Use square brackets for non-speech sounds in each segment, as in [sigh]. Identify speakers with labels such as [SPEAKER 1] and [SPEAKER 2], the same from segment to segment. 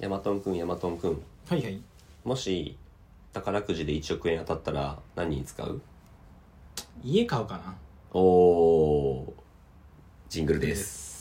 [SPEAKER 1] ヤマトンくんヤマトンくん
[SPEAKER 2] はいはい
[SPEAKER 1] もし宝くじで1億円当たったら何に使う
[SPEAKER 2] 家買うかな
[SPEAKER 1] おおジングルです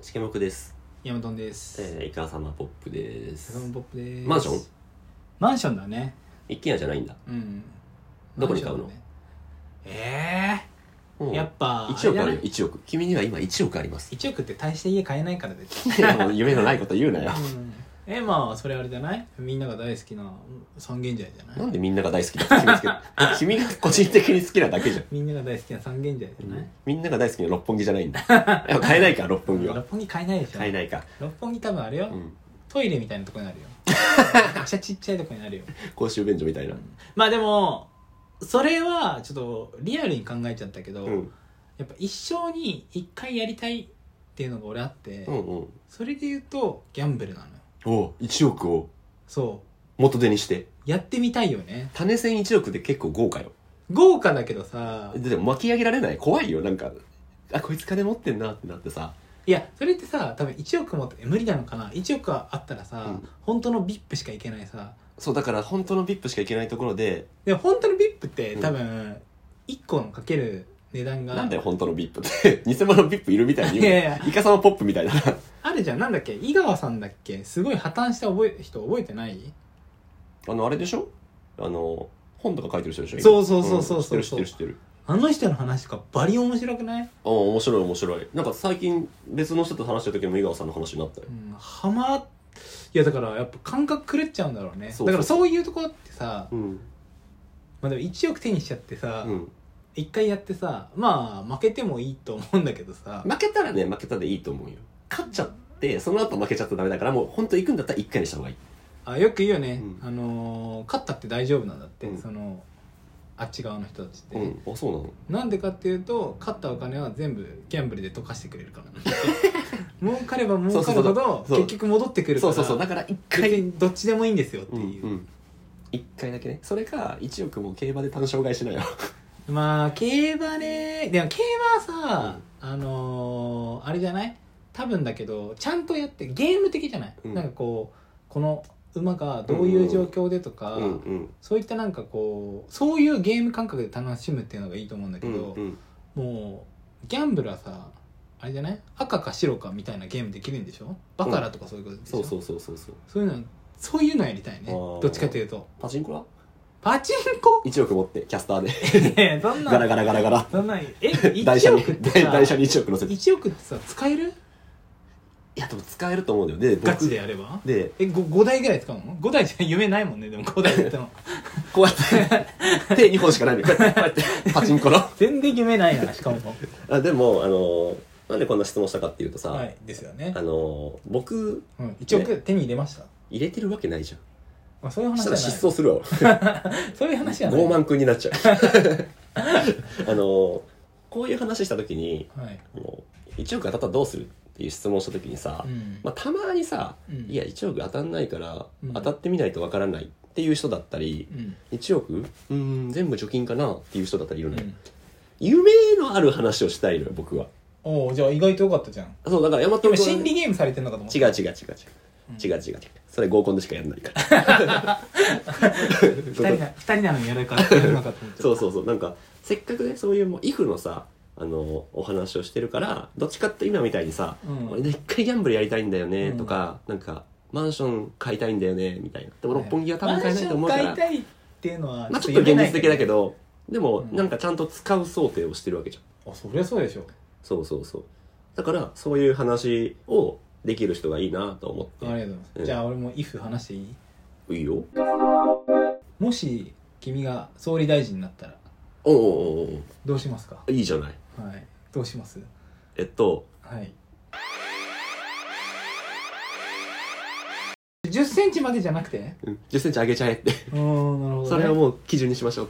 [SPEAKER 1] しけもくです
[SPEAKER 2] ヤマトンです
[SPEAKER 1] えー、イカ様ポップです
[SPEAKER 2] 坂本ポップです
[SPEAKER 1] マンション
[SPEAKER 2] マンションだね
[SPEAKER 1] 一軒家じゃないんだ
[SPEAKER 2] うん
[SPEAKER 1] どこに買うの
[SPEAKER 2] マンションだねえ
[SPEAKER 1] うん
[SPEAKER 2] えやっぱ
[SPEAKER 1] 1億あ
[SPEAKER 2] あ
[SPEAKER 1] る
[SPEAKER 2] れ
[SPEAKER 1] よ
[SPEAKER 2] だね
[SPEAKER 1] 1億君には今1億あります
[SPEAKER 2] 1億って大して家買えないからで、
[SPEAKER 1] いやもう夢のないこと言うなよ
[SPEAKER 2] うん、 [laughs] えまあそれあれじゃないみんなが大好きな三軒茶屋じゃな
[SPEAKER 1] ないんでみんなが大好きだって決めつける [laughs] 君が個人的に好きなだけじゃん
[SPEAKER 2] みんなが大好きな三軒茶屋じゃない、
[SPEAKER 1] みんなが大好きな六本木じゃないん [laughs] だいや買えないか六本木は
[SPEAKER 2] 六本木買えないでしょ
[SPEAKER 1] 買えないか、
[SPEAKER 2] 六本木多分あれよ、
[SPEAKER 1] うん、
[SPEAKER 2] トイレみたいなとこ
[SPEAKER 1] [laughs]
[SPEAKER 2] になるよめっちゃちっちゃいとこになるよ
[SPEAKER 1] 公衆便所みたいな
[SPEAKER 2] まあでもそれはちょっとリアルに考えちゃったけど、
[SPEAKER 1] うん
[SPEAKER 2] やっぱ一生に一回やりたいっていうのが俺あって、
[SPEAKER 1] うんうん
[SPEAKER 2] それで言うとギャンブルなのよ
[SPEAKER 1] お一1億を
[SPEAKER 2] そ
[SPEAKER 1] 元手にして
[SPEAKER 2] うやってみたいよね
[SPEAKER 1] 種銭1億で結構豪華よ
[SPEAKER 2] 豪華だけどさ
[SPEAKER 1] ででも巻き上げられない怖いよなんかあこいつ金持ってんなってなってさ
[SPEAKER 2] いやそれってさ多分1億もってえ無理なのかな1億はあったらさ、
[SPEAKER 1] うん
[SPEAKER 2] 本当の VIP しか行けないさ
[SPEAKER 1] そうだから本当の VIP しか行けないところで
[SPEAKER 2] でも本当の VIP って
[SPEAKER 1] うん
[SPEAKER 2] 多分1個のかける値段が
[SPEAKER 1] なんだよ本当の VIP って [laughs] 偽物 VIP いるみたいに
[SPEAKER 2] いやい
[SPEAKER 1] 言う
[SPEAKER 2] や
[SPEAKER 1] イカ様ポップみたいな
[SPEAKER 2] あるじゃんなんだっけ井川さんだっけすごい破綻した覚え人覚えてない
[SPEAKER 1] あのあれでしょあの本とか書いてる人でしょ
[SPEAKER 2] そうそうそうそうそうん
[SPEAKER 1] 知ってる知ってる知ってる
[SPEAKER 2] あの人の話とかバリ面白くない、
[SPEAKER 1] ああ面白い面白いなんか最近別の人と話した時も井川さんの話になったよ
[SPEAKER 2] うん、ハマいやだからやっぱ感覚狂っちゃうんだろうね
[SPEAKER 1] そうそう
[SPEAKER 2] だからそういうところってさ、
[SPEAKER 1] うん
[SPEAKER 2] まあ、でも1億手にしちゃってさ、
[SPEAKER 1] うん
[SPEAKER 2] 一1回やってさまあ負けてもいいと思うんだけどさ
[SPEAKER 1] 負けたらね負けたでいいと思うよ勝っちゃってその後負けちゃったらダメだからもう本当行くんだったら1回にした方がいい
[SPEAKER 2] あよく言うよね、
[SPEAKER 1] うん
[SPEAKER 2] あのー勝ったって大丈夫なんだって、
[SPEAKER 1] うん
[SPEAKER 2] そのあっち側の人たちって、
[SPEAKER 1] うんあそうなの
[SPEAKER 2] なんでかっていうと勝ったお金は全部ギャンブルで溶かしてくれるからなん
[SPEAKER 1] [laughs]
[SPEAKER 2] だって儲かれば儲かるほ
[SPEAKER 1] そうそう
[SPEAKER 2] ど
[SPEAKER 1] そうそう
[SPEAKER 2] 結局戻ってくるか
[SPEAKER 1] そ
[SPEAKER 2] ら
[SPEAKER 1] うそうそうだから1
[SPEAKER 2] 別
[SPEAKER 1] 回
[SPEAKER 2] にどっちでもいいんですよって
[SPEAKER 1] うんう
[SPEAKER 2] いう、
[SPEAKER 1] ん1回だけねそれか1億も競馬で単勝買いしなよ
[SPEAKER 2] まあ競馬ねでも競馬はさ、あのーあれじゃない多分だけどちゃんとやってゲーム的じゃない、
[SPEAKER 1] うん
[SPEAKER 2] なんかこうこの馬がどういう状況でとか、
[SPEAKER 1] うんうん
[SPEAKER 2] そういったなんかこうそういうゲーム感覚で楽しむっていうのがいいと思うんだけ
[SPEAKER 1] うん
[SPEAKER 2] ど
[SPEAKER 1] う、ん
[SPEAKER 2] もうギャンブルはさあれじゃない赤か白かみたいなゲームできるんでしょバカラとかそういうことでしょ、
[SPEAKER 1] そうそうそうそうそう
[SPEAKER 2] そういうのそういうのやりたいね
[SPEAKER 1] あー
[SPEAKER 2] どっちかというと
[SPEAKER 1] パチンコは
[SPEAKER 2] パチンコ
[SPEAKER 1] 1億持ってキャスターで
[SPEAKER 2] [laughs] いやそん
[SPEAKER 1] ガラ
[SPEAKER 2] な
[SPEAKER 1] ガラガラガラ
[SPEAKER 2] そんなえ
[SPEAKER 1] 台車
[SPEAKER 2] 1
[SPEAKER 1] に
[SPEAKER 2] 億って
[SPEAKER 1] 台
[SPEAKER 2] さ
[SPEAKER 1] 台車に1億乗せてい
[SPEAKER 2] 1億ってさ使える
[SPEAKER 1] やでも使えると思うんだよで僕
[SPEAKER 2] ガチでやれば
[SPEAKER 1] で
[SPEAKER 2] え 5, 5台ぐらい使うの ?5 台じゃ夢ないもんねでも5台やっても
[SPEAKER 1] こうやって手2本しかないんでこうやってこうや
[SPEAKER 2] [laughs]
[SPEAKER 1] ってパチンコの
[SPEAKER 2] [laughs] 全然夢ないなしかも
[SPEAKER 1] あでもあのなんでこんな質問したかっていうとさ、
[SPEAKER 2] はいですよね
[SPEAKER 1] [laughs] あ、の僕
[SPEAKER 2] うん、1億手に入れました、
[SPEAKER 1] 入れてるわけないじゃん
[SPEAKER 2] まあ、そういう
[SPEAKER 1] そし
[SPEAKER 2] 話
[SPEAKER 1] た
[SPEAKER 2] じゃ
[SPEAKER 1] ら
[SPEAKER 2] ない
[SPEAKER 1] 失踪するわ
[SPEAKER 2] そういう話じゃない
[SPEAKER 1] 傲慢君になっちゃう
[SPEAKER 2] [laughs]
[SPEAKER 1] あのこういう話した時に
[SPEAKER 2] はい、
[SPEAKER 1] もう1億当たったらどうするっていう質問した時にさ、
[SPEAKER 2] うん
[SPEAKER 1] まあ、たまにさ、
[SPEAKER 2] うん
[SPEAKER 1] いや1億当たんないから
[SPEAKER 2] うん
[SPEAKER 1] 当たってみないとわからないっていう人だったり、
[SPEAKER 2] うん
[SPEAKER 1] 1億うーん全部貯金かなっていう人だったりいる
[SPEAKER 2] う
[SPEAKER 1] のよ、
[SPEAKER 2] ん
[SPEAKER 1] 夢のある話をしたいのよ僕は
[SPEAKER 2] おおじゃあ意外とよかったじゃん
[SPEAKER 1] そうだから山
[SPEAKER 2] 今
[SPEAKER 1] 本
[SPEAKER 2] 心理ゲームされてんのかと思っ
[SPEAKER 1] 違う
[SPEAKER 2] た
[SPEAKER 1] 違う違う違う違う違う違うそれ合コンでしかやんない
[SPEAKER 2] [laughs]
[SPEAKER 1] から [laughs]
[SPEAKER 2] 二人な二人なのにやるからやるのかと思っちゃった
[SPEAKER 1] そうそうそうなんかせっかくねそういうもう「イフ」のさあのお話をしてるからどっちかって今みたいにさ「
[SPEAKER 2] うん
[SPEAKER 1] 俺ね一回ギャンブルやりたいんだよね」
[SPEAKER 2] うん
[SPEAKER 1] とか、なんか「マンション買いたいんだよね」みたいなでも六本木は多分買えないと思うから、
[SPEAKER 2] マンション買いたいっていうのは
[SPEAKER 1] まあちょっと現実的だけ
[SPEAKER 2] ど
[SPEAKER 1] どでも
[SPEAKER 2] うん
[SPEAKER 1] なんかちゃんと使う想定をしてるわけじゃん
[SPEAKER 2] あそりゃそうでしょ
[SPEAKER 1] そうそうそうだからそういう話をできる人がいいなと思
[SPEAKER 2] ありが
[SPEAKER 1] っ
[SPEAKER 2] とうございます、
[SPEAKER 1] うん
[SPEAKER 2] じゃあ俺も「if」話していい
[SPEAKER 1] ていいよ
[SPEAKER 2] もし君が総理大臣になったら
[SPEAKER 1] おうおうおうお
[SPEAKER 2] どうしますか
[SPEAKER 1] ういいじゃない
[SPEAKER 2] はいどうします
[SPEAKER 1] えっと
[SPEAKER 2] はい1 0ンチまでじゃなくて
[SPEAKER 1] うん、10センチ上げちゃえって。
[SPEAKER 2] うーんなるほど、ね、
[SPEAKER 1] それをもう基準にしましょう。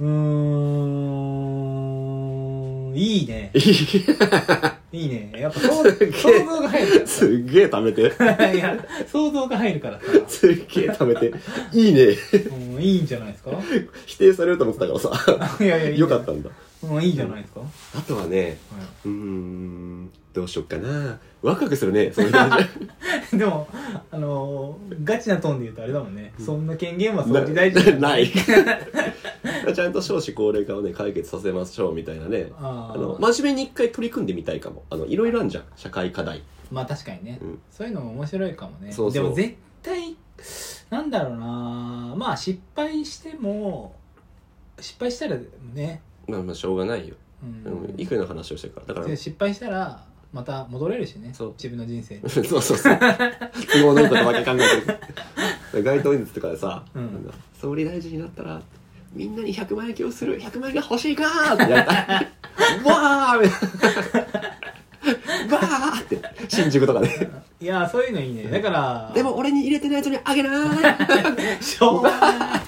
[SPEAKER 1] [laughs]
[SPEAKER 2] うーんいいねいいねやっぱ想
[SPEAKER 1] すげえ
[SPEAKER 2] 想像が入る
[SPEAKER 1] すっげえ貯めて。
[SPEAKER 2] [laughs] からいや想像が入るからさ、
[SPEAKER 1] すっげえ貯めて。いいね。
[SPEAKER 2] うん、いいんじゃ [laughs] ないですかい
[SPEAKER 1] 否定されると思ってたからさ。
[SPEAKER 2] やいやいいんじゃ
[SPEAKER 1] よ
[SPEAKER 2] な
[SPEAKER 1] かった
[SPEAKER 2] い
[SPEAKER 1] んだ。
[SPEAKER 2] うんいいんじゃないですか、
[SPEAKER 1] あとはね、うーん、どうしよっかな。ワクワクするね、そういう感じ。
[SPEAKER 2] うんでもあのーガチなトーンで言うとあれだもんね、そんな権限は総
[SPEAKER 1] な
[SPEAKER 2] 理大臣
[SPEAKER 1] なない [laughs] ちゃんと少子高齢化をね解決させましょうみたいなね
[SPEAKER 2] あ
[SPEAKER 1] あ
[SPEAKER 2] あ
[SPEAKER 1] の真面目に一回取り組んでみたいかもあのいろいろあるじゃん社会課題
[SPEAKER 2] まあ確かにね、
[SPEAKER 1] うん
[SPEAKER 2] そういうのも面白いかもね
[SPEAKER 1] そうそう
[SPEAKER 2] でも絶対なんだろうなまあ失敗しても失敗したらね、
[SPEAKER 1] まあまあしょうがないよ、
[SPEAKER 2] う
[SPEAKER 1] うんん、育の話をしてるからだから
[SPEAKER 2] で失敗したらまた戻れるしね
[SPEAKER 1] そう
[SPEAKER 2] 自分の人生に
[SPEAKER 1] [laughs] そうそうそう都合のいいことばっかり考えてる街頭演説とかでさ、
[SPEAKER 2] うん
[SPEAKER 1] なんか総理大臣になったらみんなに100万円寄付する100万円が欲しいかーって [laughs] やったわーみたいなわーって新宿とかで
[SPEAKER 2] いやーそういうのいいねだから
[SPEAKER 1] でも俺に入れてないやつにあげなーい
[SPEAKER 2] しょうがない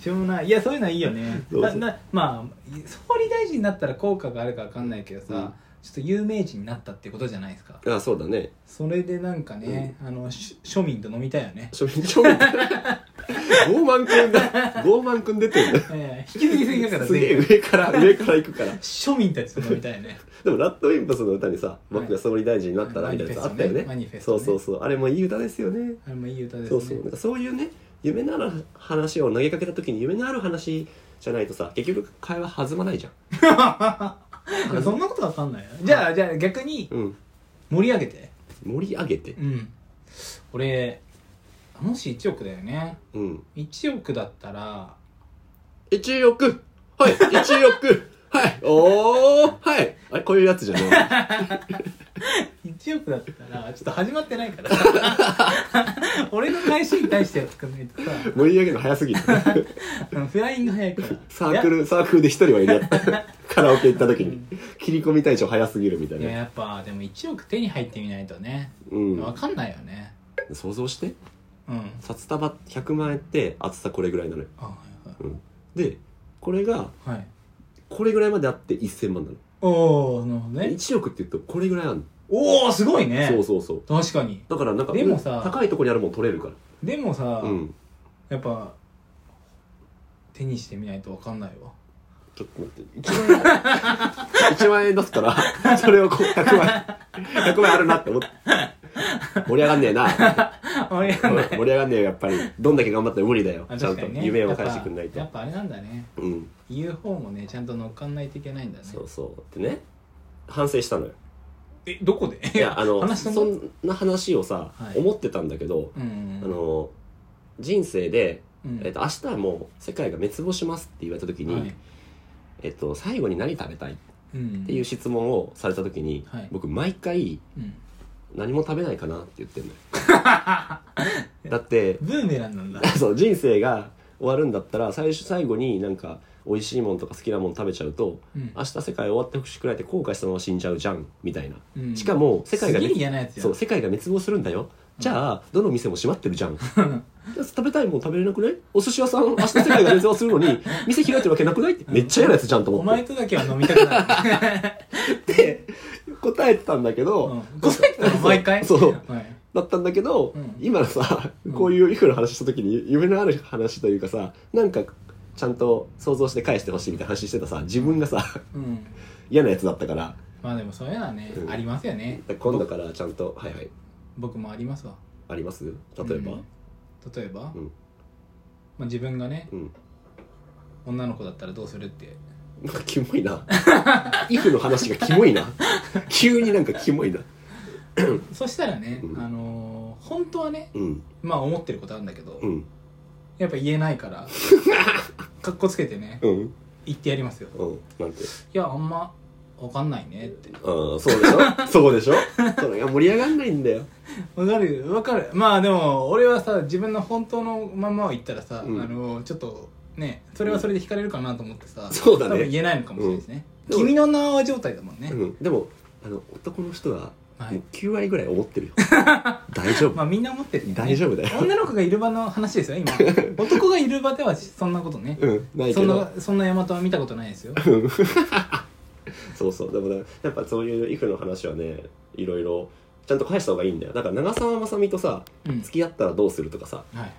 [SPEAKER 2] しょうがないいやそういうのはいいよね
[SPEAKER 1] そうそう
[SPEAKER 2] ななまあ総理大臣になったら効果があるか分かんないけどさ、
[SPEAKER 1] うん
[SPEAKER 2] ちょっと有名人になったってことじゃないですか
[SPEAKER 1] [laughs] あそうだね
[SPEAKER 2] それでなんかね、あのし庶民と飲みたいよね
[SPEAKER 1] 庶民庶民傲慢くんだ傲慢くん出てるんだ
[SPEAKER 2] ええ引き継ぎすぎだから
[SPEAKER 1] すげえ
[SPEAKER 2] 全部
[SPEAKER 1] 上から上から行くから
[SPEAKER 2] 庶民たちと飲みたいよね
[SPEAKER 1] でもラッドウィンプスの歌にさ僕が総理大臣になったらみたいなやつあったよね,、
[SPEAKER 2] マニフェスト
[SPEAKER 1] そ
[SPEAKER 2] ね
[SPEAKER 1] うそうそうあれもいい歌ですよね
[SPEAKER 2] あれもいい歌ですね
[SPEAKER 1] そうそうなんかそういうね夢のある話を投げかけた時に夢のある話じゃないとさ結局会話弾まないじゃん
[SPEAKER 2] いやそんなこと分かんないよじゃあじゃあ逆に
[SPEAKER 1] うん
[SPEAKER 2] 盛り上げて
[SPEAKER 1] 盛り上げて
[SPEAKER 2] うん俺もし1億だよね
[SPEAKER 1] うん
[SPEAKER 2] 1億だったら
[SPEAKER 1] 1億はい1億はい [laughs] おーはいあれこういうやつじゃない
[SPEAKER 2] 1億だったらちょっと始まってないから [laughs] 俺の返しに対しては作んないとさ
[SPEAKER 1] 盛り上げるの早す [laughs] ぎる
[SPEAKER 2] あのフライング早いから
[SPEAKER 1] サークル、サークルで一人はいるや [laughs] つカラオケ行った時に。切り込み隊長早すぎるみたい
[SPEAKER 2] いやいや
[SPEAKER 1] な。
[SPEAKER 2] やっぱでも1億手に入ってみないとね
[SPEAKER 1] う
[SPEAKER 2] 分
[SPEAKER 1] ん。
[SPEAKER 2] かんないよね
[SPEAKER 1] 想像して。
[SPEAKER 2] うん
[SPEAKER 1] 札束100万円って厚さこれぐらいなのよ。
[SPEAKER 2] あは
[SPEAKER 1] で、これが、
[SPEAKER 2] いはいはい
[SPEAKER 1] これぐらいまであって1000万なの。
[SPEAKER 2] おおなるほどね
[SPEAKER 1] 1億って言うとこれぐらいあるの。
[SPEAKER 2] おおすごいね
[SPEAKER 1] そうそうそう。
[SPEAKER 2] 確かに
[SPEAKER 1] だからなんか、
[SPEAKER 2] でもさ
[SPEAKER 1] 高いとこにあるもん取れるか
[SPEAKER 2] でもさ、
[SPEAKER 1] ら。うん。
[SPEAKER 2] やっぱ手にしてみないと分かんないわ
[SPEAKER 1] ちょっと待って。1万円。1万円出すから、 [laughs] それをこう100万円。100万円あるなって思って。盛り上がんねえな。
[SPEAKER 2] あ
[SPEAKER 1] [laughs]
[SPEAKER 2] れやんない
[SPEAKER 1] 盛り上がんねえよ、やっぱり。どんだけ頑張っても無理だよ。
[SPEAKER 2] あ
[SPEAKER 1] ちゃんと
[SPEAKER 2] 確かにね
[SPEAKER 1] 夢を返してくんないと
[SPEAKER 2] やっ。ぱやっぱあれなんだね
[SPEAKER 1] うん、
[SPEAKER 2] 言う方もねちゃんと乗っかんないといけないんだね
[SPEAKER 1] そうそうでね反省したのよ
[SPEAKER 2] えどこで
[SPEAKER 1] いやあの
[SPEAKER 2] 話
[SPEAKER 1] そ
[SPEAKER 2] したの
[SPEAKER 1] んな話をさ、
[SPEAKER 2] はい
[SPEAKER 1] 思ってたんだけど、
[SPEAKER 2] うん
[SPEAKER 1] あの人生で、
[SPEAKER 2] うん
[SPEAKER 1] えっと明日はもう世界が滅亡しますって言われた時に、
[SPEAKER 2] はい
[SPEAKER 1] えっと最後に何食べたいっ
[SPEAKER 2] うん
[SPEAKER 1] ていう質問をされた時に、
[SPEAKER 2] はい
[SPEAKER 1] 僕毎回
[SPEAKER 2] うん
[SPEAKER 1] 何も食べないかなって言ってんのよ [laughs] だって
[SPEAKER 2] ブーメランなんだ
[SPEAKER 1] そう人生が終わるんだったら最初最後になんか美味しいものとか好きなもの食べちゃうと、
[SPEAKER 2] うん
[SPEAKER 1] 明日世界終わってほしくないって後悔したまま死んじゃうじゃんみたいな、
[SPEAKER 2] うん
[SPEAKER 1] しかも世界が
[SPEAKER 2] す
[SPEAKER 1] ね
[SPEAKER 2] げえ嫌なやつや
[SPEAKER 1] そう世界が滅亡するんだよじゃあ、どの店も閉まってるじゃん食べたいもん食べれなくないお寿司屋さん明日世界が滅亡するの
[SPEAKER 2] [laughs]
[SPEAKER 1] に店開いてるわけなくないってめっちゃ嫌なやつじゃんと
[SPEAKER 2] [laughs] お
[SPEAKER 1] 思っ
[SPEAKER 2] 前とだけは飲みたくない
[SPEAKER 1] [laughs] て答えてたんだけど、
[SPEAKER 2] うんごめんなさい毎回
[SPEAKER 1] そう
[SPEAKER 2] はい
[SPEAKER 1] だったんだけど、
[SPEAKER 2] うん
[SPEAKER 1] 今のさ
[SPEAKER 2] うん
[SPEAKER 1] こういういくら話した時に夢のある話というかさなんかちゃんと想像して返してほしいみたいな話してたさ自分がさ
[SPEAKER 2] [laughs] うん
[SPEAKER 1] 嫌なやつだったから
[SPEAKER 2] まあでもそういうのはね
[SPEAKER 1] うん
[SPEAKER 2] ありますよね
[SPEAKER 1] 今度からちゃんとはいはい
[SPEAKER 2] 僕もありますわ
[SPEAKER 1] あります例えば
[SPEAKER 2] うん例えば
[SPEAKER 1] うん
[SPEAKER 2] まあ自分がね
[SPEAKER 1] うん、
[SPEAKER 2] 女の子だったらどうするって
[SPEAKER 1] なんかキモいな [laughs] イフの話がキモい
[SPEAKER 2] [laughs]
[SPEAKER 1] な急になんかキモいな
[SPEAKER 2] そしたらね
[SPEAKER 1] うん
[SPEAKER 2] あのー本当はね
[SPEAKER 1] うん
[SPEAKER 2] まあ思ってることあるんだけど
[SPEAKER 1] うん
[SPEAKER 2] やっぱ言えないから
[SPEAKER 1] [laughs]
[SPEAKER 2] かっこつけてね
[SPEAKER 1] うん
[SPEAKER 2] 言ってやりますよ
[SPEAKER 1] うんなんて
[SPEAKER 2] いやあんまわかんないねって
[SPEAKER 1] うんそうでし
[SPEAKER 2] [laughs]
[SPEAKER 1] ょそうでしょそれが盛り上がんないんだよ
[SPEAKER 2] わかるわかるまあでも俺はさ自分の本当のままを言ったらさ、
[SPEAKER 1] うん
[SPEAKER 2] あのちょっとねそれはそれで惹かれるかなと思ってさ、
[SPEAKER 1] そうだね
[SPEAKER 2] 多分言えないのかもしれないですね、
[SPEAKER 1] うん
[SPEAKER 2] 君の名は状態だもんね、
[SPEAKER 1] うん、でもあの男の人は
[SPEAKER 2] はい
[SPEAKER 1] もう9割ぐらい思って
[SPEAKER 2] [laughs]
[SPEAKER 1] るよ大丈夫、
[SPEAKER 2] まあみんな思ってるよね
[SPEAKER 1] 大丈夫だよ
[SPEAKER 2] 女の子がいる場の話ですよ
[SPEAKER 1] [laughs]
[SPEAKER 2] 今男がいる場ではそんなことね
[SPEAKER 1] うんない
[SPEAKER 2] そ
[SPEAKER 1] け
[SPEAKER 2] ん
[SPEAKER 1] ど
[SPEAKER 2] なそんな大和は見たことないですよ
[SPEAKER 1] そうそうでもねやっぱそういう育の話はねいろいろちゃんと返した方がいいんだよだから長澤まさみとさ
[SPEAKER 2] うん
[SPEAKER 1] 付き合ったらどうするとかさ
[SPEAKER 2] はいはいはい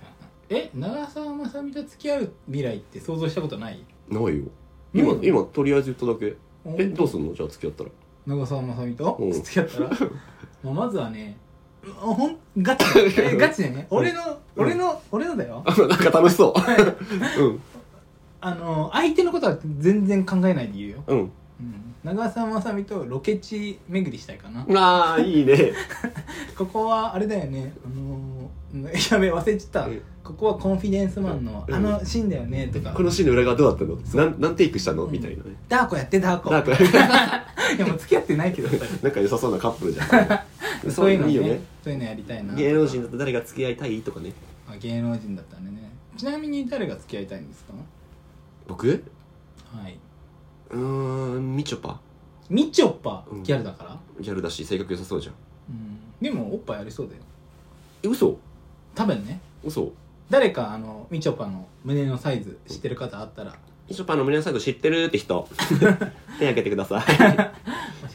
[SPEAKER 2] え長澤まさみと付き合う未来って想像したことない
[SPEAKER 1] ないよ今、
[SPEAKER 2] うん
[SPEAKER 1] 今とりあえず言っただけえどう
[SPEAKER 2] す
[SPEAKER 1] すんのじゃあ付き合ったら
[SPEAKER 2] 長澤まさみと
[SPEAKER 1] うん
[SPEAKER 2] 付き合った
[SPEAKER 1] [laughs]
[SPEAKER 2] ら、まあ、まずはねうんほんガチ
[SPEAKER 1] [laughs]
[SPEAKER 2] だよえガチだよね俺の
[SPEAKER 1] うん
[SPEAKER 2] 俺の俺のだよ
[SPEAKER 1] あなんか楽しそううん
[SPEAKER 2] あの相手のことは全然考えないで言うよ、
[SPEAKER 1] うん
[SPEAKER 2] うん、長澤まさみとロケ地巡りしたいかな
[SPEAKER 1] ああいいね
[SPEAKER 2] ここはあれだよねあのー、 [laughs] やべ忘れちゃった
[SPEAKER 1] うん
[SPEAKER 2] ここはコンフィデンスマンの
[SPEAKER 1] うん
[SPEAKER 2] あのシーンだよねと
[SPEAKER 1] [laughs]
[SPEAKER 2] か
[SPEAKER 1] このシーンの裏側どうだったのなんなんテイクしたのみたいなね
[SPEAKER 2] ダーコやってダーコ
[SPEAKER 1] なん [laughs] かない
[SPEAKER 2] やもう付き合ってないけ
[SPEAKER 1] [laughs]
[SPEAKER 2] ど
[SPEAKER 1] んか良さそうなカップルじゃん
[SPEAKER 2] [laughs] そういう
[SPEAKER 1] い
[SPEAKER 2] のね
[SPEAKER 1] いよね
[SPEAKER 2] そういうのやりたいな
[SPEAKER 1] 芸能人だと誰が付き合いたいとかね
[SPEAKER 2] あ芸能人だったんでねちなみに誰が付き合いたいんですか
[SPEAKER 1] 僕う
[SPEAKER 2] はいう
[SPEAKER 1] ーんみちょぱ
[SPEAKER 2] みちょぱ
[SPEAKER 1] うん
[SPEAKER 2] ギャルだから、
[SPEAKER 1] ギャルだし性格良さそうじゃん
[SPEAKER 2] うん、でもおっぱいありそうだよ
[SPEAKER 1] え嘘
[SPEAKER 2] 多分ね
[SPEAKER 1] 嘘
[SPEAKER 2] 誰かあのみちょぱの胸のサイズ知ってる方あったら
[SPEAKER 1] みちょぱの胸のサイズ知ってるって [laughs] 人手挙げてください
[SPEAKER 2] 教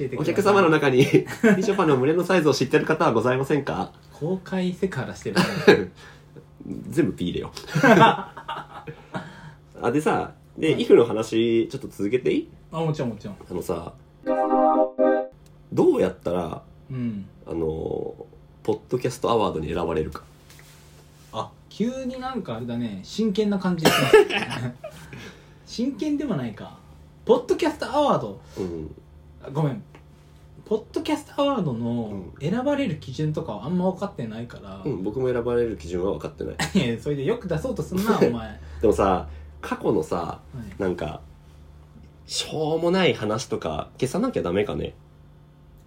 [SPEAKER 2] えてく
[SPEAKER 1] お
[SPEAKER 2] ださい
[SPEAKER 1] 客様の中にみちょぱの胸のサイズを知ってる方はございませんか
[SPEAKER 2] 公開セクハラしてるね
[SPEAKER 1] [laughs] 全部 P 入れ [laughs] よあでさで、イフの話ちょっと続けていい
[SPEAKER 2] あもちろんもちろん
[SPEAKER 1] あのさどうやったら
[SPEAKER 2] うん
[SPEAKER 1] あのポッドキャストアワードに選ばれるか
[SPEAKER 2] あ急になんかあれだね真剣な感じです [laughs] ね真剣でもないかポッドキャストアワード
[SPEAKER 1] うん
[SPEAKER 2] あごめんポッドキャストアワードの選ばれる基準とかはあんま分かってないから、
[SPEAKER 1] うん、僕も選ばれる基準は分かってない
[SPEAKER 2] [laughs] いやそれでよく出そうとすん
[SPEAKER 1] [laughs]
[SPEAKER 2] なお前、はい
[SPEAKER 1] でもさ過去のさなんかしょうもない話とか消さなきゃダメかね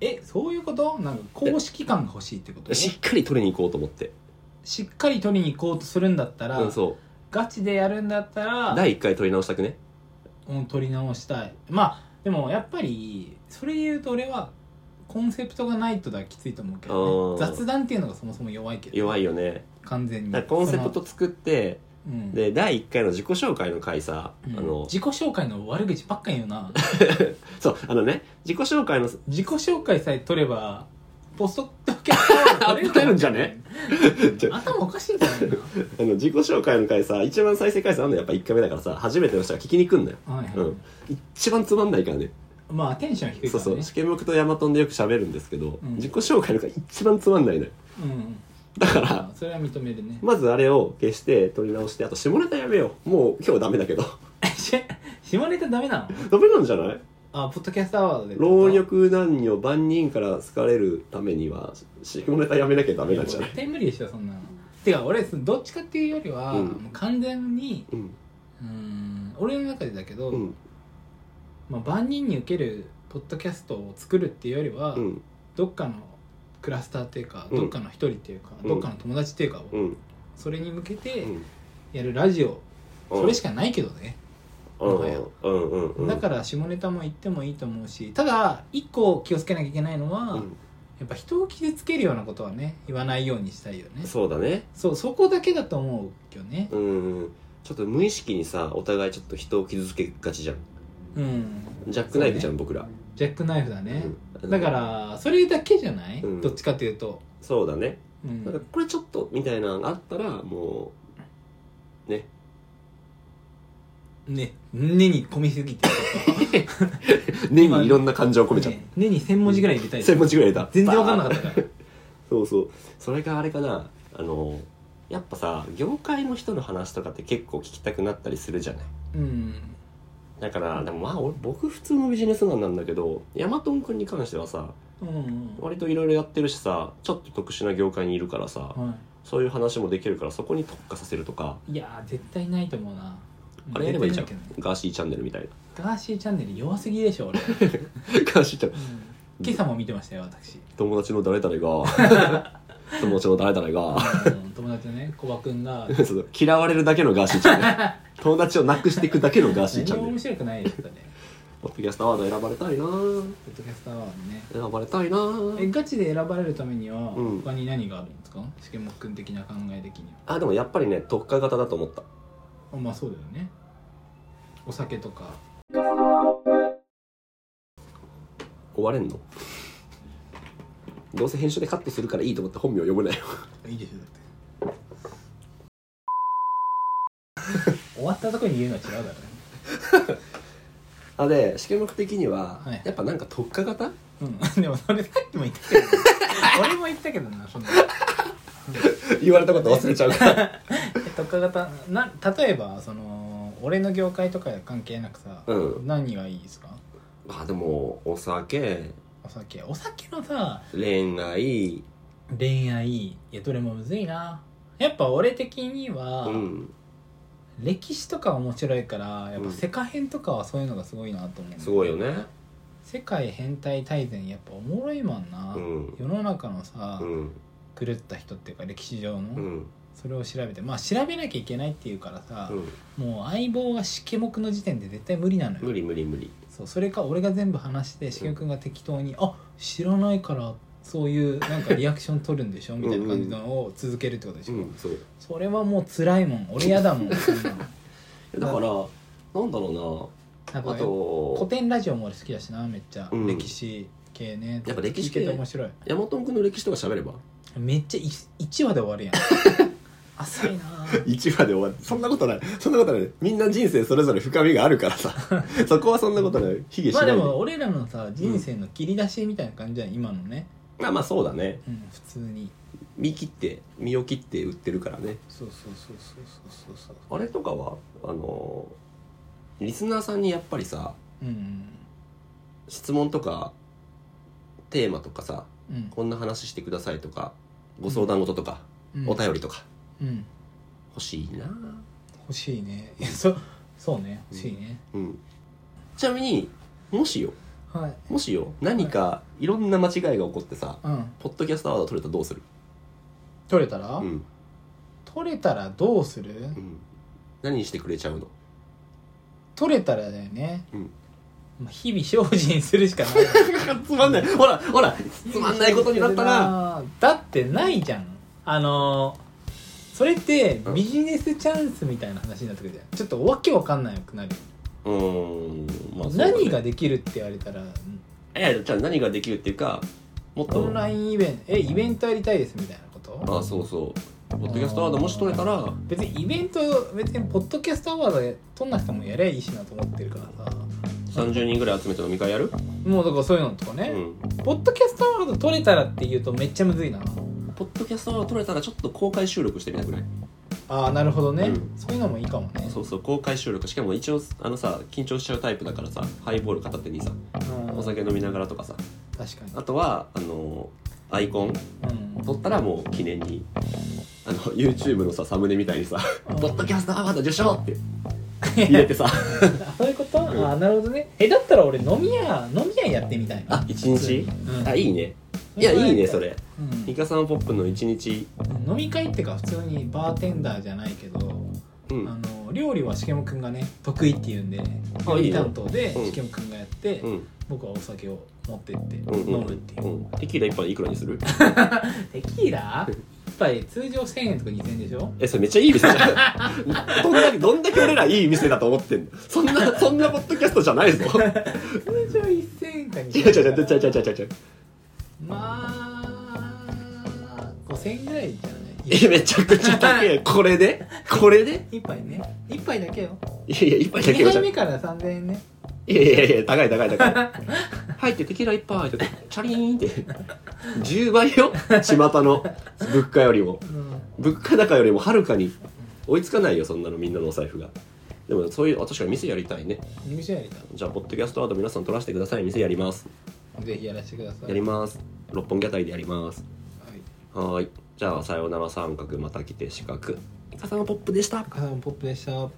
[SPEAKER 2] えそういうことなんか公式感が欲しいってこと
[SPEAKER 1] し
[SPEAKER 2] し
[SPEAKER 1] っかり取りに行こうと思って
[SPEAKER 2] っかり取りに行こうとするんだったら、
[SPEAKER 1] うんそう
[SPEAKER 2] ガチでやるんだったら、
[SPEAKER 1] 第1回取り直したくね
[SPEAKER 2] うん、取り直したいまあでもやっぱりそれで言うと俺はコンセプトがないとだはきついと思うけど、ね、
[SPEAKER 1] あー
[SPEAKER 2] 雑談っていうのがそもそも弱いけど
[SPEAKER 1] 弱いよね
[SPEAKER 2] 完全に
[SPEAKER 1] だからコンセプト作って
[SPEAKER 2] そのうん
[SPEAKER 1] で第1回の自己紹介の回さ、
[SPEAKER 2] うん
[SPEAKER 1] あの
[SPEAKER 2] 自己紹介の悪口ばっか言
[SPEAKER 1] [laughs]
[SPEAKER 2] うな
[SPEAKER 1] そうあのね自己紹介の [laughs]
[SPEAKER 2] 自己紹介さえ取ればポストキャストアワード取れ
[SPEAKER 1] [laughs] 取れるんじゃねちょ
[SPEAKER 2] [laughs] 頭おかしいんじゃないの
[SPEAKER 1] [laughs] あの自己紹介の回さ一番再生回数あるのやっぱ1回目だからさ初めての人が聞きに来んのよ、
[SPEAKER 2] はいはい、
[SPEAKER 1] うん、一番つまんないからね
[SPEAKER 2] まあテンション低いか
[SPEAKER 1] そう
[SPEAKER 2] らね
[SPEAKER 1] そう試験目とヤマトンでよく喋るんですけど、
[SPEAKER 2] うん
[SPEAKER 1] 自己紹介の回一番つまんないのよ
[SPEAKER 2] うん
[SPEAKER 1] だか
[SPEAKER 2] ま
[SPEAKER 1] ら
[SPEAKER 2] あそれは認めるね [laughs]
[SPEAKER 1] まずあれを消して取り直してあと下ネタやめようもう今日ダメだけ
[SPEAKER 2] [laughs]
[SPEAKER 1] ど
[SPEAKER 2] し下ネタダメなの
[SPEAKER 1] ダメなんじゃない
[SPEAKER 2] あポッドキャストアワードで
[SPEAKER 1] 老若男女万人から好かれるためには下ネタやめなきゃダメなんじゃない
[SPEAKER 2] 絶対無理でしょそんなのてか俺どっちかっていうよりは、
[SPEAKER 1] うん
[SPEAKER 2] もう完全に
[SPEAKER 1] うん
[SPEAKER 2] うーん俺の中でだけど、
[SPEAKER 1] うん
[SPEAKER 2] まあ、万人に受けるポッドキャストを作るっていうよりは、
[SPEAKER 1] うん
[SPEAKER 2] どっかのクラスターっていうか、
[SPEAKER 1] うん
[SPEAKER 2] どっかの一人っていうか、
[SPEAKER 1] うん
[SPEAKER 2] どっかの友達っていうかを、
[SPEAKER 1] うん
[SPEAKER 2] それに向けて
[SPEAKER 1] うん
[SPEAKER 2] やるラジオ、それしかないけどね、
[SPEAKER 1] うん
[SPEAKER 2] もはや
[SPEAKER 1] うんうんうん
[SPEAKER 2] だから下ネタも言ってもいいと思うしただ一個気をつけなきゃいけないのは、
[SPEAKER 1] うん
[SPEAKER 2] やっぱ人を傷つけるようなことはね言わないようにしたいよね
[SPEAKER 1] そうだね
[SPEAKER 2] そうそこだけだと思うよね
[SPEAKER 1] うんちょっと無意識にさお互いちょっと人を傷つけがちじゃん
[SPEAKER 2] うん
[SPEAKER 1] ジャックナイフじゃん、僕ら、
[SPEAKER 2] ジャックナイフだね、
[SPEAKER 1] うん
[SPEAKER 2] だからそれだけじゃない、
[SPEAKER 1] うん
[SPEAKER 2] どっちかというと、
[SPEAKER 1] そうだね
[SPEAKER 2] う
[SPEAKER 1] だから
[SPEAKER 2] ん、
[SPEAKER 1] これちょっとみたいなのがあったらもうね
[SPEAKER 2] ね根に込みすぎて
[SPEAKER 1] 根にいろんな感情を込めちゃう
[SPEAKER 2] ね根に1000文字ぐらい入れたい、
[SPEAKER 1] 1000文字ぐらいだ
[SPEAKER 2] 全然わかんなか
[SPEAKER 1] っ
[SPEAKER 2] った
[SPEAKER 1] [laughs]
[SPEAKER 2] から
[SPEAKER 1] たそうそうそれがあれかなあのやっぱさ業界の人の話とかって結構聞きたくなったりするじゃない
[SPEAKER 2] うん
[SPEAKER 1] だからでもまあ俺僕普通のビジネスマンなんだけどヤマトン君に関してはさ
[SPEAKER 2] うんうん
[SPEAKER 1] 割といろいろやってるしさちょっと特殊な業界にいるからさ
[SPEAKER 2] は
[SPEAKER 1] そういう話もできるからそこに特化させるとか
[SPEAKER 2] い、いやー絶対ないと思うな
[SPEAKER 1] あれやればいいじゃん
[SPEAKER 2] 絶対なけどね
[SPEAKER 1] ガーシーチャンネルみたいな [laughs]
[SPEAKER 2] ガーシーチャンネル弱すぎでしょ俺、うん
[SPEAKER 1] ガーシーチャンネル
[SPEAKER 2] 今朝も見てましたよ私
[SPEAKER 1] 友達の誰々が友達の誰々が [laughs]
[SPEAKER 2] うん友達のね小葉くんが
[SPEAKER 1] その嫌われるだけのガーシーチャンネル友達をなくしていくだけのガーシー
[SPEAKER 2] 何
[SPEAKER 1] チャン
[SPEAKER 2] も
[SPEAKER 1] ネル
[SPEAKER 2] 面白くないですよね
[SPEAKER 1] ポッドキャストアワード選ばれたいな
[SPEAKER 2] ポッドキャストアワーね
[SPEAKER 1] 選ばれたいな
[SPEAKER 2] えガチで選ばれるためには
[SPEAKER 1] うん
[SPEAKER 2] 他に何があるんですかしげもっくん的な考え的には
[SPEAKER 1] あでもやっぱりね特化型だと思った
[SPEAKER 2] あまあそうだよねお酒とか
[SPEAKER 1] 終われんのどうせ編集でカットするからいいと思って本名読むなよ
[SPEAKER 2] いいでしょだって終わったとこに言うのは違うだろうね
[SPEAKER 1] あで試験目的には、
[SPEAKER 2] はい
[SPEAKER 1] やっぱなんか特化型 [laughs]
[SPEAKER 2] うん、 [laughs] でもそれさっきも言ったけど [laughs] な俺も言ったけどなその
[SPEAKER 1] 言われたこと忘れちゃうから
[SPEAKER 2] [laughs] え特化型な例えばその俺の業界とか関係なくさ、
[SPEAKER 1] うん
[SPEAKER 2] 何がいいですか
[SPEAKER 1] あでもお酒
[SPEAKER 2] お酒お酒のさ
[SPEAKER 1] 恋愛
[SPEAKER 2] 恋愛いやどれもむずいなやっぱ俺的には、
[SPEAKER 1] うん
[SPEAKER 2] 歴史とか面白いからやっ
[SPEAKER 1] う
[SPEAKER 2] ぱ
[SPEAKER 1] ん
[SPEAKER 2] 世界編とかはそういうのがすごいなと思う
[SPEAKER 1] すごいよね
[SPEAKER 2] 世界変態大全やっぱおもろいもんな、
[SPEAKER 1] うん
[SPEAKER 2] 世の中のさ、
[SPEAKER 1] うん
[SPEAKER 2] 狂った人っていうか歴史上の、
[SPEAKER 1] うん
[SPEAKER 2] それを調べてまあ調べなきゃいけないっていうからさ、
[SPEAKER 1] うん
[SPEAKER 2] もう相棒がしけもくの時点で絶対無理なの
[SPEAKER 1] 無
[SPEAKER 2] よ
[SPEAKER 1] 理無理無理
[SPEAKER 2] そうそれか俺が全部話してしけもくんが適当に「あ知らないからそういうなんかリアクション取るんでしょ」みたいな感じのを続けるってことでし
[SPEAKER 1] う
[SPEAKER 2] ょ、
[SPEAKER 1] んそう
[SPEAKER 2] それはもう辛いもん俺嫌
[SPEAKER 1] [laughs]
[SPEAKER 2] だもんそんなの
[SPEAKER 1] だからなんだろ
[SPEAKER 2] な
[SPEAKER 1] うな
[SPEAKER 2] んか
[SPEAKER 1] あ
[SPEAKER 2] 古
[SPEAKER 1] と
[SPEAKER 2] 典ラジオも俺好きだしなめっちゃ、
[SPEAKER 1] うん
[SPEAKER 2] 歴史系ね
[SPEAKER 1] やっぱ歴史
[SPEAKER 2] 聞
[SPEAKER 1] 系
[SPEAKER 2] いてて面白い
[SPEAKER 1] 山本君の歴史とか喋れば
[SPEAKER 2] めっちゃ1話で終わるやん [laughs] 浅いなぁ
[SPEAKER 1] 1話で終わるそんなことないそんなことないみんな人生それぞれ深みがあるから
[SPEAKER 2] [laughs]
[SPEAKER 1] さそこはそんなことない卑下し
[SPEAKER 2] ま
[SPEAKER 1] な
[SPEAKER 2] あ
[SPEAKER 1] いで
[SPEAKER 2] でも俺らのさ人生の切り出しみたいな感じじゃん今のね、
[SPEAKER 1] まあまあそうだね
[SPEAKER 2] うん、普通に
[SPEAKER 1] 見切って身を切って売ってるからね
[SPEAKER 2] そうそうそうそうそうそうそう
[SPEAKER 1] あれとかはあのリスナーさんにやっぱりさ
[SPEAKER 2] うん
[SPEAKER 1] 質問とかテーマとかさ
[SPEAKER 2] うん
[SPEAKER 1] こんな話してくださいとかご相談事とか、
[SPEAKER 2] うん
[SPEAKER 1] お便りとか
[SPEAKER 2] うん
[SPEAKER 1] 欲しいな
[SPEAKER 2] 欲しいねいやそそうね欲しいね、
[SPEAKER 1] うんちなみにもしよ
[SPEAKER 2] はい
[SPEAKER 1] もしよ何かいろんな間違いが起こってさ
[SPEAKER 2] うん
[SPEAKER 1] ポッドキャストアワード取れたらどうする
[SPEAKER 2] 取れたら、
[SPEAKER 1] うん、
[SPEAKER 2] 取れたらどうする、
[SPEAKER 1] うん、何してくれちゃうの
[SPEAKER 2] 取れたらだよね、
[SPEAKER 1] うん
[SPEAKER 2] まあ、日々精進するしかない
[SPEAKER 1] つまんないほらほらつまんないことになったら
[SPEAKER 2] だってないじゃんあのーそれってビジネスチャンスみたいな話になってくるじゃんちょっとわけわかんないくなる、
[SPEAKER 1] うーん、まあそうだね
[SPEAKER 2] 何ができるって言われたらうん
[SPEAKER 1] いやじゃあ何ができるっていうかもっ
[SPEAKER 2] オ
[SPEAKER 1] と
[SPEAKER 2] ンラインイベントえイベントやりたいですみたいなこと
[SPEAKER 1] あそうそうポッドキャストアワードもし取れたら
[SPEAKER 2] 別にイベント別にポッドキャストアワードで撮んなくてもやりゃいいしなと思ってるからさ
[SPEAKER 1] 30人ぐらい集めて飲み会やる
[SPEAKER 2] もうだからそういうのとか
[SPEAKER 1] う
[SPEAKER 2] ね、
[SPEAKER 1] ん
[SPEAKER 2] ポッドキャストアワード撮れたらっていうとめっちゃむずいな
[SPEAKER 1] ポッドキャストアワード取れたらちょっと公開収録してみたくない
[SPEAKER 2] ああなるほどね、
[SPEAKER 1] うん
[SPEAKER 2] そういうのもいいかもね
[SPEAKER 1] そうそう公開収録しかも一応あのさ緊張しちゃうタイプだからさハイボール片手にさ
[SPEAKER 2] うん
[SPEAKER 1] お酒飲みながらとかさ
[SPEAKER 2] 確かに
[SPEAKER 1] あとはあのアイコン
[SPEAKER 2] うん
[SPEAKER 1] 撮ったらもう記念にあの YouTube のさサムネみたいにさ「
[SPEAKER 2] うん
[SPEAKER 1] ポッドキャストアワード受賞!」って入れて
[SPEAKER 2] [laughs]
[SPEAKER 1] さ
[SPEAKER 2] あそういうこと、
[SPEAKER 1] ん
[SPEAKER 2] ああなるほどねえだったら俺飲み屋飲み屋やってみたいな
[SPEAKER 1] あ一日
[SPEAKER 2] うん
[SPEAKER 1] あいいねいやいいねそれ
[SPEAKER 2] うん
[SPEAKER 1] イカさんポップの一日
[SPEAKER 2] 飲み会ってか普通にバーテンダーじゃないけど、
[SPEAKER 1] う
[SPEAKER 2] あ
[SPEAKER 1] ん
[SPEAKER 2] の料理はしけもくんがね得意っていうんで料
[SPEAKER 1] いい
[SPEAKER 2] 理
[SPEAKER 1] よ
[SPEAKER 2] 担当で
[SPEAKER 1] うん
[SPEAKER 2] しけもくんがやって、
[SPEAKER 1] うん
[SPEAKER 2] 僕はお酒を持ってって
[SPEAKER 1] うんうん
[SPEAKER 2] 飲むっていう、
[SPEAKER 1] うんテキーラ一杯いくらにする
[SPEAKER 2] テキーラ一杯通常1000円とか2000円でしょ
[SPEAKER 1] えそれめっちゃいい店じゃん [laughs] どんだけどんだけ俺らいい店だと思ってんのそんなそんなポッドキャストじゃない
[SPEAKER 2] [laughs]
[SPEAKER 1] ぞ
[SPEAKER 2] 通常1000円か
[SPEAKER 1] 違う違う違う違う違う
[SPEAKER 2] う
[SPEAKER 1] 違う違う
[SPEAKER 2] まあ5000円ぐらいじゃない
[SPEAKER 1] えめちゃくちゃ高えこれでこれで
[SPEAKER 2] 一杯ね一杯だけよ
[SPEAKER 1] いやいや一杯だけ
[SPEAKER 2] 2
[SPEAKER 1] よじ
[SPEAKER 2] 杯
[SPEAKER 1] ゃん
[SPEAKER 2] 目から3000円ね
[SPEAKER 1] いやいやいや、高い高い高い。入ってテキーラ一杯って、チャリーンって。10倍よ巷の物価よりも。
[SPEAKER 2] うん
[SPEAKER 1] 物価高よりもはるかに追いつかないよ、そんなのみんなのお財布が。でもそういう、あ確かに店やりたいね。
[SPEAKER 2] 入社やりた
[SPEAKER 1] じゃあ、ポッドキャストアート皆さん撮らせてください。店やります。
[SPEAKER 2] ぜひやらせてください
[SPEAKER 1] やります。六本木あたりでやります。
[SPEAKER 2] はい
[SPEAKER 1] はーい。じゃあ、さようなら三角、また来て四角。イカさんのポップでした。
[SPEAKER 2] カサンポップでした